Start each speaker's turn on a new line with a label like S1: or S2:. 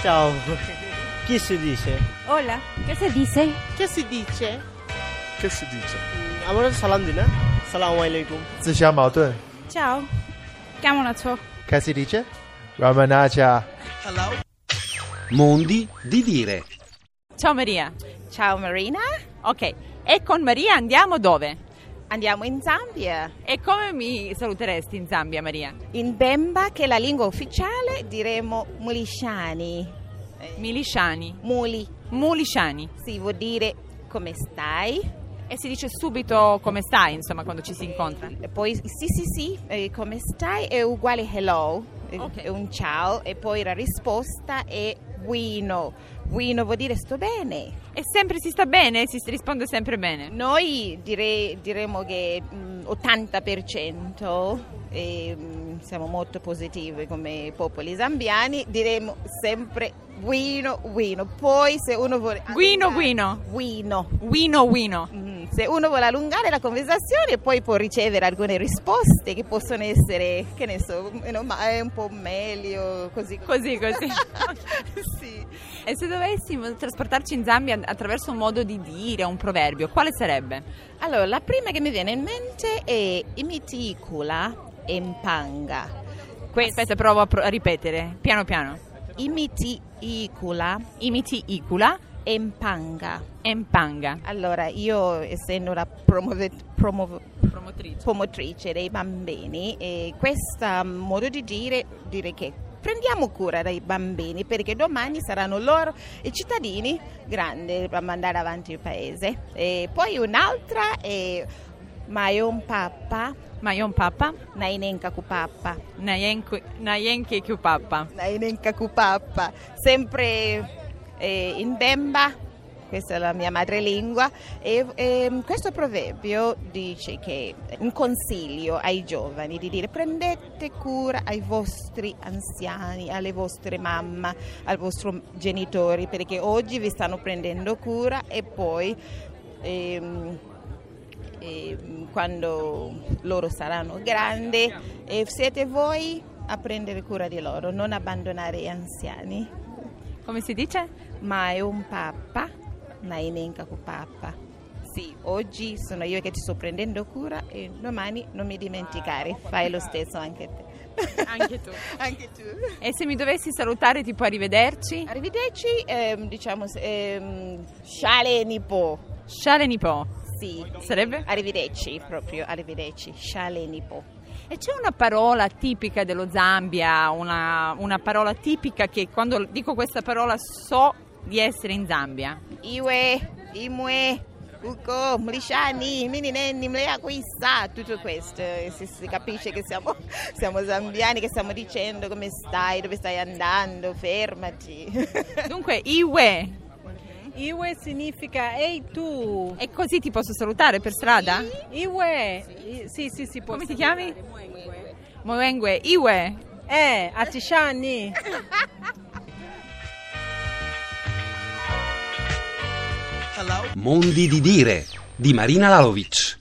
S1: Ciao. Chi si dice?
S2: Hola, ¿qué se dice?
S3: Che si dice?
S4: Che si dice?
S1: আমরা তো সালাম দিই না সালাম আলাইকুম
S5: 自相矛盾。
S2: Ciao. Chiamo la ciò.
S5: Che si dice? Ramanaja.
S6: Mondi di dire.
S7: Ciao Maria.
S3: Ciao Marina,
S7: Ok, e con Maria andiamo dove?
S3: andiamo in Zambia,
S7: E come mi saluteresti in Zambia, Maria?
S3: in Bemba che è la lingua ufficiale diremo Mulishani.
S2: Eh.
S7: Miliciani.
S3: Muli,
S7: Muliciani.
S3: si vuol dire come stai,
S7: E si dice subito come stai, insomma, quando ci si incontra.
S3: e poi sì sì sì, eh, come stai è uguale hello, eh,
S7: Ok.
S3: è un ciao e poi la risposta è guino. Guino vuol dire sto bene.
S7: E sempre si sta bene, si risponde sempre bene.
S3: Noi dire- diremo che mm, 80% e, mm, siamo molto positivi come popoli zambiani, diremo sempre guino guino. Poi se uno vuole
S7: Guino,
S3: allungare-
S7: guino.
S3: guino.
S7: Wino, wino.
S3: Mm, Se uno vuole allungare la conversazione poi può ricevere alcune risposte che possono essere, che ne so, meno male, un po' meglio, così.
S7: Così, così.
S3: sì.
S7: E se dovessimo trasportarci in Zambia attraverso un modo di dire, un proverbio, quale sarebbe?
S3: Allora, la prima che mi viene in mente è imiticula empanga.
S7: Que- Aspetta, provo a, pro- a ripetere, piano piano.
S3: Imiticula
S7: Imiti icula,
S3: empanga.
S7: empanga.
S3: Allora, io essendo la promove- promo-
S7: Promotrice.
S3: promotrice dei bambini, eh, questo modo di dire, dire che prendiamo cura dei bambini perché domani saranno loro i cittadini grandi per mandare avanti il paese. E poi un'altra è Mayon Pappa,
S7: Ma io un pappa,
S3: Nainenka Kupappa.
S7: nayenku- nayenke kiu pappa.
S3: Nainenka Kupappa, sempre eh, in Bemba, questa è la mia madrelingua, e ehm, questo proverbio dice che un consiglio ai giovani di dire prendete cura ai vostri anziani, alle vostre mamma, ai vostri genitori, perché oggi vi stanno prendendo cura e poi... ehm, ehm, quando loro saranno grandi e siete voi a prendere cura di loro, non abbandonare gli anziani.
S7: Come si dice?
S3: Ma è un papà, Nainenka con papà. Sì, oggi sono io che ti sto prendendo cura e domani non mi dimenticare, fai lo stesso anche te.
S7: Ah, Anche tu.
S3: anche tu.
S7: E se mi dovessi salutare tipo arrivederci?
S3: Arrivederci, ehm, diciamo, ehm, Shale Nipo.
S7: Shale nipo.
S3: Sì,
S7: Sarebbe?
S3: arrivederci proprio, arrivederci, Shale Nipo.
S7: E c'è una parola tipica dello Zambia, una, una parola tipica che quando dico questa parola so di essere in Zambia.
S3: Iwe, Imwe, Uko, Mlishani, Mininenni, Mleaquissa, tutto questo. eh, Si, si capisce che siamo, siamo zambiani, che stiamo dicendo come stai, dove stai andando, fermati.
S7: Dunque, Iwe,
S8: Iwe significa ehi tu.
S7: e così ti posso salutare per strada?
S8: Iwe. I- Sì, sì, sì. può
S7: Come ti
S8: salutare.
S7: chiami? Moengue, Iwe.
S8: Eh, Atishani.
S6: Mondi di dire di Marina Lalovic.